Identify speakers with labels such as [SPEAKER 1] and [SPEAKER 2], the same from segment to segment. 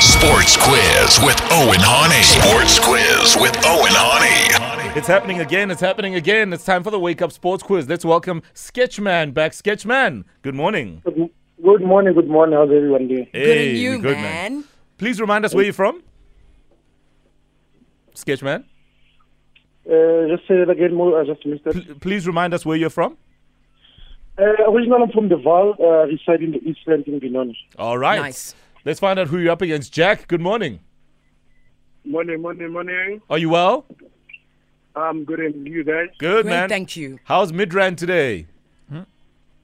[SPEAKER 1] Sports Quiz with Owen Honey. Sports Quiz with Owen Honey.
[SPEAKER 2] It's happening again. It's happening again. It's time for the Wake Up Sports Quiz. Let's welcome Sketchman back. Sketchman, good morning.
[SPEAKER 3] Good morning, good morning. How's everyone doing?
[SPEAKER 4] Good
[SPEAKER 2] Hey,
[SPEAKER 4] on you,
[SPEAKER 2] good
[SPEAKER 4] man.
[SPEAKER 2] Please remind us where you're from. Sketchman,
[SPEAKER 3] Uh, just say that again, more. I just missed it.
[SPEAKER 2] pl- please remind us where you're from.
[SPEAKER 3] Uh, originally, I'm from the Val, uh, reside in the East Rand in Benoni.
[SPEAKER 2] All right.
[SPEAKER 4] Nice.
[SPEAKER 2] Let's find out who you're up against. Jack, good morning.
[SPEAKER 5] Morning, morning, morning.
[SPEAKER 2] Are you well?
[SPEAKER 5] I'm good and you guys?
[SPEAKER 2] Good,
[SPEAKER 4] Great,
[SPEAKER 2] man.
[SPEAKER 4] thank you.
[SPEAKER 2] How's Midrand today?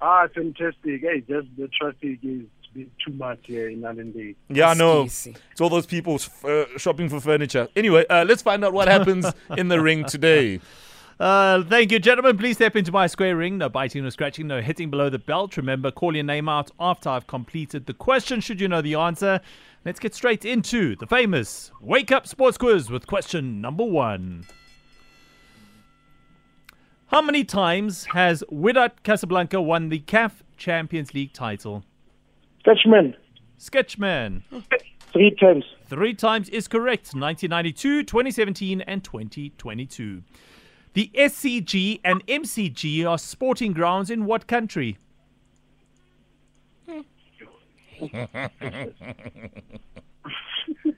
[SPEAKER 5] Ah, fantastic. Hey, just the traffic is a bit too much here in Allenby.
[SPEAKER 2] Yeah, I know.
[SPEAKER 4] easy.
[SPEAKER 2] It's all those people uh, shopping for furniture. Anyway, uh, let's find out what happens in the ring today.
[SPEAKER 6] Uh, thank you, gentlemen. Please step into my square ring. No biting, no scratching, no hitting below the belt. Remember, call your name out after I've completed the question, should you know the answer. Let's get straight into the famous Wake Up Sports Quiz with question number one. How many times has Widat Casablanca won the CAF Champions League title?
[SPEAKER 3] Catchman,
[SPEAKER 6] Sketchman.
[SPEAKER 3] three times.
[SPEAKER 6] Three times is correct 1992, 2017, and 2022. The SCG and MCG are sporting grounds in what country?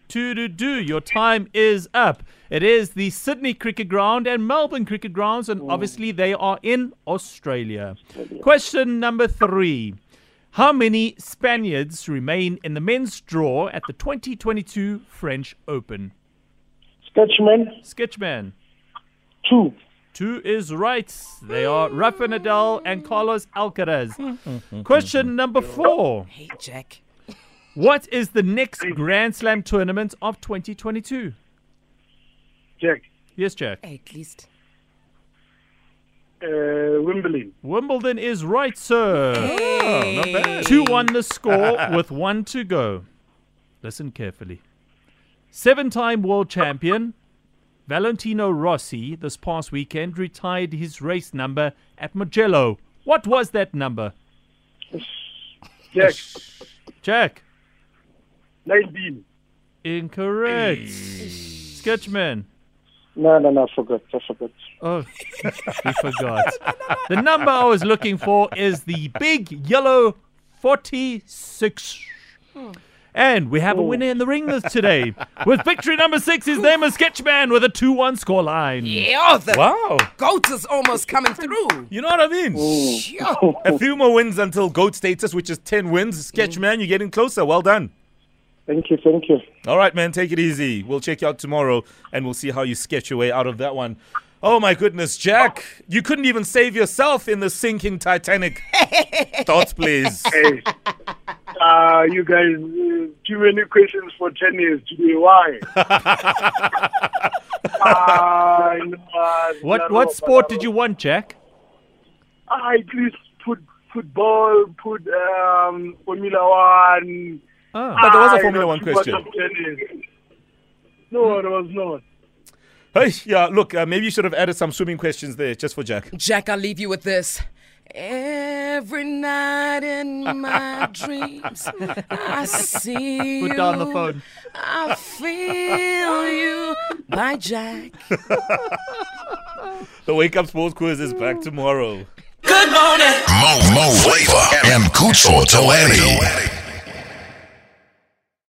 [SPEAKER 6] to do do, your time is up. It is the Sydney Cricket Ground and Melbourne Cricket Grounds, and obviously they are in Australia. Question number three. How many Spaniards remain in the men's draw at the 2022 French Open?
[SPEAKER 3] Catchman,
[SPEAKER 6] Sketchman.
[SPEAKER 3] two.
[SPEAKER 6] Two is right. They are Rafa Nadal and Carlos Alcaraz. Question number four.
[SPEAKER 4] Hey, Jack.
[SPEAKER 6] What is the next Grand Slam tournament of 2022?
[SPEAKER 5] Jack,
[SPEAKER 6] Yes, Jack.
[SPEAKER 4] At least.
[SPEAKER 5] uh, Wimbledon.
[SPEAKER 6] Wimbledon is right, sir.
[SPEAKER 4] Hey.
[SPEAKER 2] Not bad.
[SPEAKER 6] 2 1 the score with one to go. Listen carefully. Seven time world champion Valentino Rossi this past weekend retired his race number at Mugello. What was that number?
[SPEAKER 5] Jack,
[SPEAKER 6] Jack.
[SPEAKER 5] 19.
[SPEAKER 6] Incorrect. Sketchman.
[SPEAKER 3] No, no, no, I forgot. I forgot.
[SPEAKER 6] Oh, we forgot. The number I was looking for is the big yellow 46. And we have a winner in the ring this today. With victory number six, his name is Sketchman with a 2 1 scoreline.
[SPEAKER 4] Yeah, oh, the
[SPEAKER 2] Wow.
[SPEAKER 4] goat is almost coming through.
[SPEAKER 2] You know what I mean?
[SPEAKER 4] Yo.
[SPEAKER 2] A few more wins until GOAT status, which is 10 wins. Sketchman, you're getting closer. Well done.
[SPEAKER 3] Thank you, thank you.
[SPEAKER 2] All right, man, take it easy. We'll check you out tomorrow and we'll see how you sketch your way out of that one. Oh my goodness, Jack, you couldn't even save yourself in the sinking Titanic. Thoughts, please.
[SPEAKER 5] Hey. uh, you guys, uh, too many questions for 10 years today. Why? Ah, no, ah,
[SPEAKER 6] What,
[SPEAKER 5] Zidane,
[SPEAKER 6] what sport
[SPEAKER 5] Ronaldo.
[SPEAKER 6] did you want, Jack?
[SPEAKER 5] Ah, at least put football, put um, Formula One.
[SPEAKER 6] Oh.
[SPEAKER 2] But there was a
[SPEAKER 5] Ah,
[SPEAKER 2] Formula
[SPEAKER 5] not
[SPEAKER 2] One
[SPEAKER 5] too much
[SPEAKER 2] question.
[SPEAKER 5] of tennis. No, there was not.
[SPEAKER 2] Hey, yeah, look, uh, maybe you should have added some swimming questions there just for Jack.
[SPEAKER 4] Jack, I'll leave you with this. Every night in my dreams, I see
[SPEAKER 6] Put down the
[SPEAKER 4] you.
[SPEAKER 6] phone.
[SPEAKER 4] I feel you by Jack.
[SPEAKER 2] The Wake Up Sports Quiz is back tomorrow.
[SPEAKER 1] Mo Mo Flavor and Kutso Tolani.